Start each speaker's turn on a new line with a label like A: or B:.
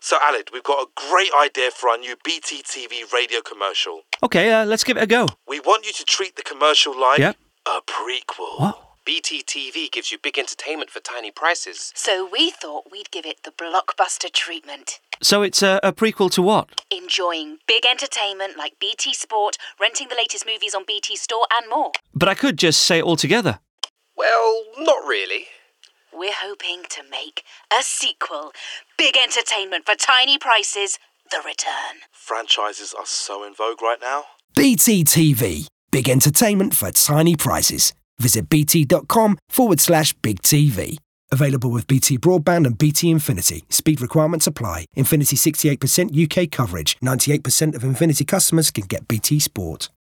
A: So, Alid, we've got a great idea for our new BT TV radio commercial.
B: Okay, uh, let's give it a go.
A: We want you to treat the commercial like
B: Yep.
A: a prequel.
B: What?
C: BT TV gives you big entertainment for tiny prices.
D: So we thought we'd give it the blockbuster treatment.
B: So it's a, a prequel to what?
D: Enjoying big entertainment like BT Sport, renting the latest movies on BT Store, and more.
B: But I could just say it all together.
C: Well, not really.
D: We're hoping to make a sequel. Big entertainment for tiny prices, The Return.
A: Franchises are so in vogue right now.
E: BT TV. Big entertainment for tiny prices. Visit bt.com forward slash big TV. Available with BT Broadband and BT Infinity. Speed requirements apply. Infinity 68% UK coverage. 98% of Infinity customers can get BT Sport.